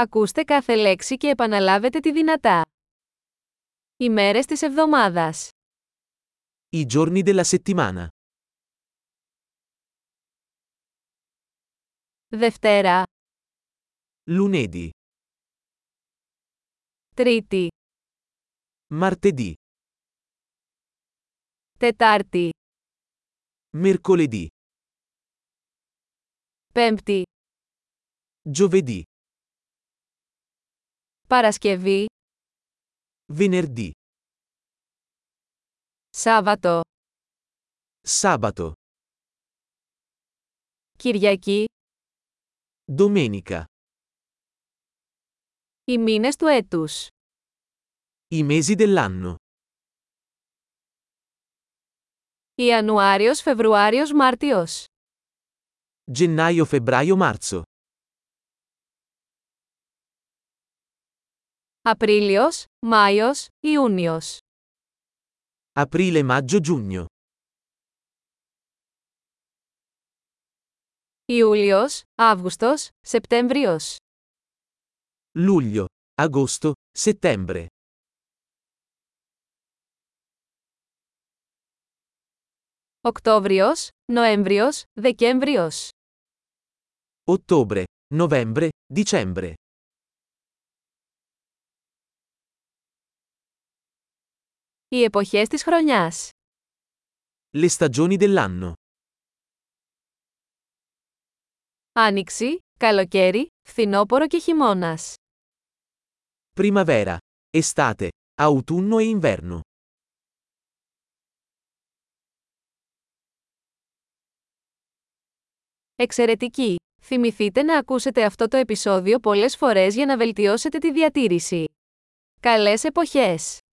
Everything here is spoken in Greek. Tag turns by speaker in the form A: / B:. A: Ακούστε κάθε λέξη και επαναλάβετε τη δυνατά. Οι μέρες της εβδομάδας.
B: I giorni della settimana.
A: Δευτέρα,
B: Lunedì,
A: Τρίτη,
B: martedì,
A: Τετάρτη,
B: mercoledì,
A: Πέμπτη,
B: giovedì,
A: Παρασκευή,
B: venerdì,
A: Σάββατο,
B: sabato,
A: Κυριακή,
B: domenica.
A: οι μήνες του έτους.
B: I mesi dell'anno.
A: Ιανουάριος, Φεβρουάριος, Μάρτιος.
B: Gennaio, febbraio, marzo.
A: Απρίλιος, Μάιος, Ιούνιος.
B: Aprile, maggio, giugno.
A: Ιούλιος, Αύγουστος, Σεπτέμβριος.
B: Luglio, agosto, settembre.
A: Οκτώβριος, Νοέμβριος, Δεκέμβριος.
B: Ottobre, novembre, dicembre.
A: Οι εποχές της χρονιάς.
B: Le stagioni dell'anno.
A: Άνοιξη, καλοκαίρι, φθινόπωρο και χειμώνας.
B: Primavera, estate, autunno e inverno.
A: Εξαιρετική! Θυμηθείτε να ακούσετε αυτό το επεισόδιο πολλές φορές για να βελτιώσετε τη διατήρηση. Καλές εποχές!